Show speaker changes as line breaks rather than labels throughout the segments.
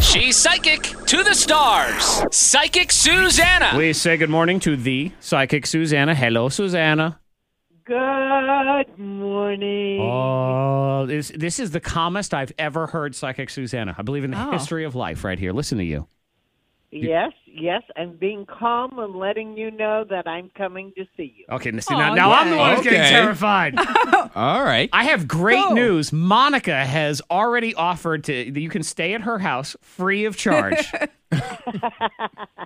She's psychic to the stars. Psychic Susanna.
Please say good morning to the psychic Susanna. Hello, Susanna.
Good morning.
Oh, this, this is the calmest I've ever heard psychic Susanna. I believe in the
Oh.
history of life right here. Listen to you.
yes, yes, I'm being calm and letting you know that I'm coming to see you.
Okay, now, see,
Aw,
now, now I'm the
yay.
one who's getting
Okay.
terrified.
All right.
I have great
Oh.
news. Monica has already offered to that you can stay at her house free of charge.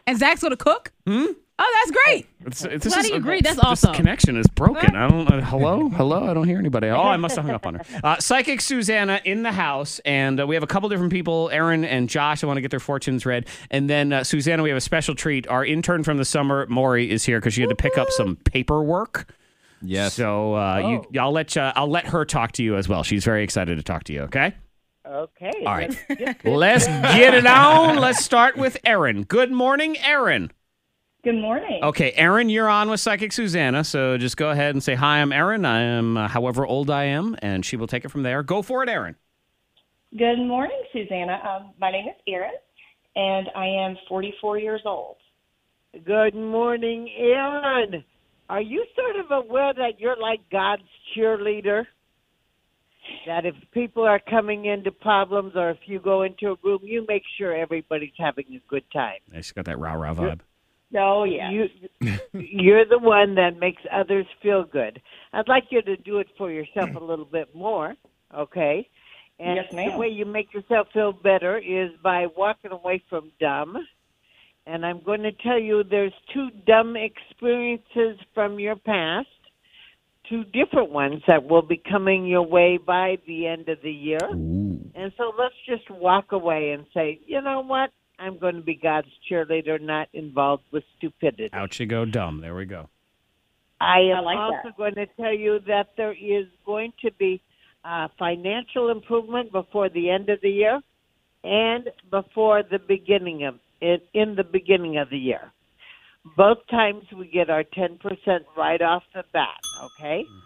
And Zach's gonna cook. Hmm. Oh, that's great.
It's- it's- this
Glad
is-
you agree. That's
this
awesome.
connection is broken. I don't. Uh, hello, hello. I don't hear anybody. Oh, I must have hung up on her. Uh, Psychic Susanna in the house, and uh, we have a couple different people, Aaron and Josh. I want to get their fortunes read, and then uh, Susanna, we have a special treat. Our intern from the summer, Maury, is here because she had to pick up some paperwork.
Yes.
So uh, you, I'll let you, I'll let her talk to you as well. She's very excited to talk to you. Okay.
Okay.
All right.
let's get this-
Let's get it on. Let's start with Aaron. Good morning, Aaron.
Good morning.
Okay, Aaron, you're on with Psychic Susanna, so just go ahead and say, Hi, I'm Aaron. I am uh, however old I am, and she will take it from there. Go for it, Aaron.
Good morning, Susanna. Um, my name is Erin, and I am 44 years old.
Good morning, Aaron. Are you sort of aware that you're like God's cheerleader? That if people are coming into problems or if you go into a room, you make sure everybody's having a good time.
Yeah, She's got that rah rah vibe.
Oh, yeah.
You, you're the one that makes others feel good. I'd like you to do it for yourself a little bit more, okay? And
Yes, ma'am.
the way you make yourself feel better is by walking away from dumb. And I'm going to tell you there's two dumb experiences from your past, two different ones that will be coming your way by the end of the year. And so let's just walk away and say, you know what? I'm going to be God's cheerleader, not involved with stupidity.
Out you go, dumb. There we go.
I am
I like
also
that.
going to tell you that there is going to be uh, financial improvement before the end of the year and before the beginning of in, in the beginning of the year. Both times we get our 10% right off the bat, okay?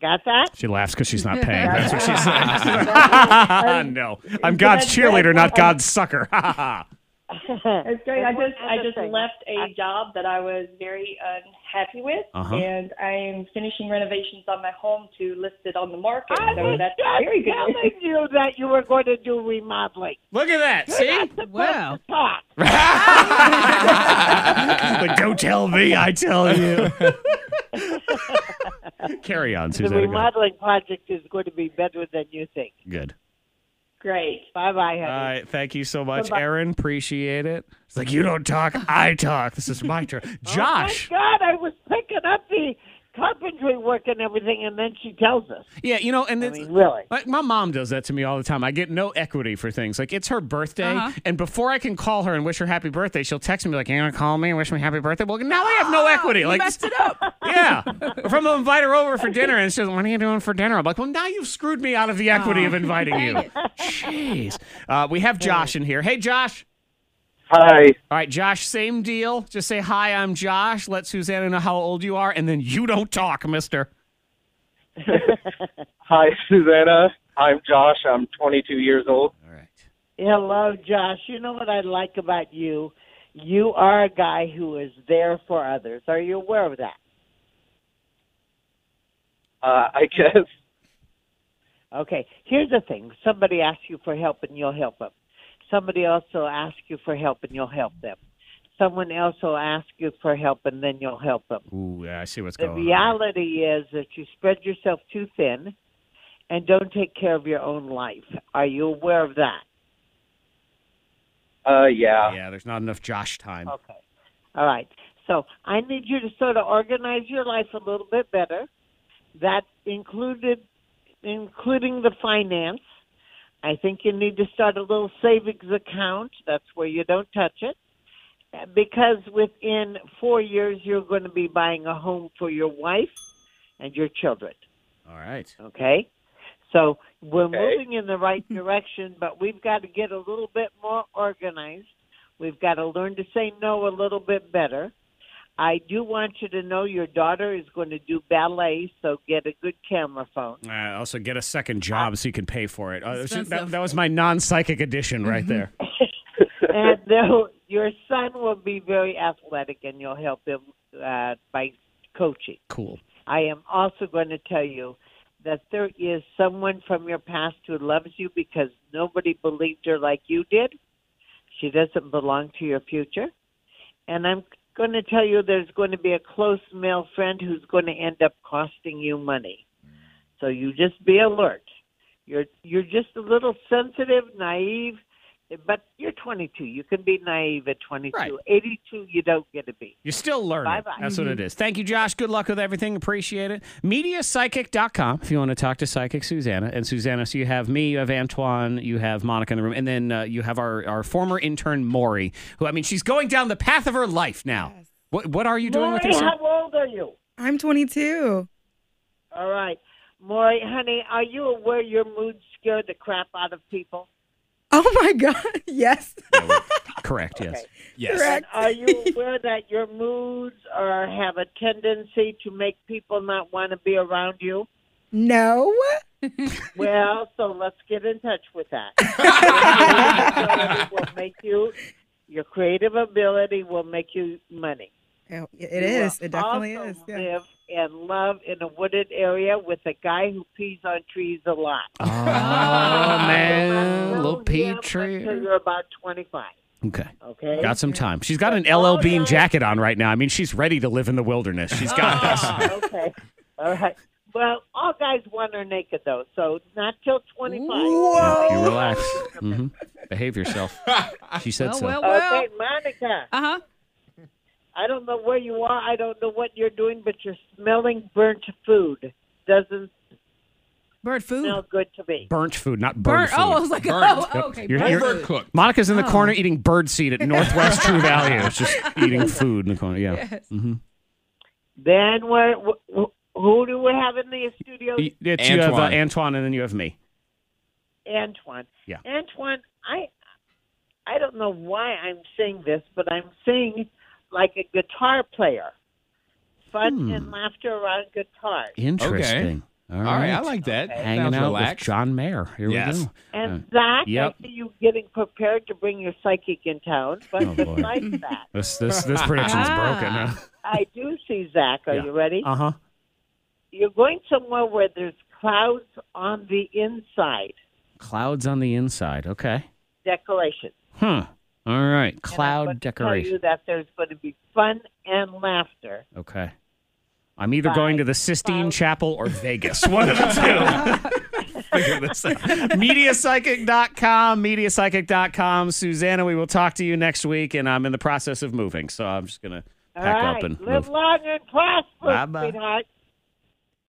Got that?
She laughs because she's not paying. That's what she said. no, I'm God's cheerleader, not God's sucker.
It's great. I
And one
just I
other
just
thing.
left a job that I was very unhappy with,
Uh-huh.
and I am finishing renovations on my home to list it on the market.
I
so
was
that's
just
very good.
telling you that you were going to do remodeling.
Look at that. See?
Wow.
Talk.
but don't tell me, I tell you. Carry on,
The
Susanna. Go.
remodeling project is going to be better than you think.
Good.
Great.
Bye bye, honey.
All right. Thank you so much,
Bye-bye.
Aaron. Appreciate it. It's like, you don't talk, I talk. This is my turn. Josh.
Oh my God, I was picking up the carpentry work and everything, and then she tells us.
yeah, you know, and
I
it's.
mean, really.
Like my mom does that to me all the time. I get no equity for things. Like it's her birthday,
Uh-huh.
and before I can call her and wish her happy birthday, she'll text me like, "You gonna call me and wish me happy birthday?" Well, now I have no equity.
Ah, You
like,
messed it up.
yeah. If I'm gonna invite her over for dinner, and she says, "What are you doing for dinner?" I'm like, "Well, now you've screwed me out of the equity of inviting you." Jeez. Uh, we have Josh in here. Hey, Josh.
Hi.
All right, Josh, same deal. Just say, hi, I'm Josh. Let Susanna know how old you are, and then you don't talk, mister.
Hi, Susanna. I'm Josh. I'm 22 years old.
All right.
Hello, Josh. You know what I like about you? You are a guy who is there for others. Are you aware of that?
Uh, I guess.
Okay. Here's the thing somebody asks you for help, and you'll help them. Somebody else will ask you for help, and you'll help them. Someone else will ask you for help, and then you'll help them.
Ooh, yeah, I see what's
The
going on.
reality is that you spread yourself too thin and don't take care of your own life. Are you aware of that?
Uh, yeah.
Yeah, there's not enough Josh time.
Okay. All right. So I need you to sort of organize your life a little bit better. That included including the finance. I think you need to start a little savings account. That's where you don't touch it. Uh, Because within four years, you're going to be buying a home for your wife and your children.
All right.
Okay? So we're
Okay.
moving in the right direction, but we've got to get a little bit more organized. We've got to learn to say no a little bit better. I do want you to know your daughter is going to do ballet, so get a good camera phone.
Uh, also, get a second job so you can pay for it. Uh, so that,
Expensive.
that was my non psychic addition right there.
and they'll- your son will be very athletic, and you'll help him uh, by coaching.
Cool.
I am also going to tell you that there is someone from your past who loves you because nobody believed her like you did. She doesn't belong to your future. And I'm going to tell you there's going to be a close male friend who's going to end up costing you money. So you just be alert. You're you're just a little sensitive, naive, but you're 22. You can be naive at 22.
Right.
82 you don't get to be.
You're still learning.
Bye-bye. Mm-hmm.
That's what it is. Thank you, Josh. Good luck with everything. Appreciate it. MediaPsychic.com if you want to talk to Psychic Susanna. And Susanna, so you have me, you have Antoine, you have Monica in the room, and then uh, you have our, our former intern, Maury, who, I mean, she's going down the path of her life now. What, what are you doing with
Maury,
yourself?
how old are you?
I'm 22.
All right. Maury, honey, are you aware your moods scare the crap out of people?
Oh my God. Yes.
Correct, yes.
Yes.
Correct.
And are you aware that your moods are have a tendency to make people not want to be around you?
No. Oh,
Well, so let's get in touch with that. Your creativity will make you your creative ability will make you money.
Oh,
You
It
will
is. It definitely
also
is. Yeah.
Live and love in a wooded area with a guy who pees on trees a lot.
Oh,
Don't
man. Little
know him Until
Petrie.
you're about 25.
Okay.
Okay.
Got some time. She's got an LL Bean jacket on right now. I mean, she's ready to live in the wilderness. She's got this.
okay. All right. Well, all guys want her naked though, so not till 25.
You relax. hmm Behave yourself. She said
Well,
so.
Oh, well, well.
Okay, Monica.
Uh huh.
I don't know where you are. I don't know what you're doing, but you're smelling burnt food. Doesn't
Bird food.
smell good to me.
Burnt food, not bird
Burnt.
food.
Oh, I was like,
Burnt.
oh,
Yep.
okay.
You're-
bird
you're-
food.
Overcooked.
Monica's in the
Oh.
corner eating bird seed at Northwest True Value. It's just eating food in the corner. Yeah.
Yes.
Then where? wh- wh- Who do we have in the studio?
Y- it's- You have uh,
Antoine.
Antoine and then you have me.
Antoine.
Yeah.
Antoine, I I don't know why I'm saying this, but I'm saying like a guitar player. Fun
Hmm.
and laughter around guitars.
Interesting. All
All right. I like that.
Hanging
Sounds
out with
relaxed.
John Mayer. Here
Yes.
we go.
And
Uh,
Zach,
yep.
I see you getting prepared to bring your psychic in town. But
Oh, boy.
besides that,
this this this prediction's
Ah.
broken. Huh?
I do see Zach. Are
Yeah.
you ready?
Uh huh.
You're going somewhere where there's clouds on the inside.
Clouds on the inside. Okay.
Decoration.
Huh. All right.
And I'm going
Cloud
to
decoration.
Tell you that there's going to be fun and laughter.
Okay. I'm either
Five,
going to the Sistine
five.
Chapel or Vegas. One of the two. Figure this out. MediaPsychic.com, MediaPsychic.com. Susanna, we will talk to you next week, and I'm in the process of moving, so I'm just going to
All
pack
right.
up and
Live
move.
long and prosper,
Bye-bye.
sweetheart.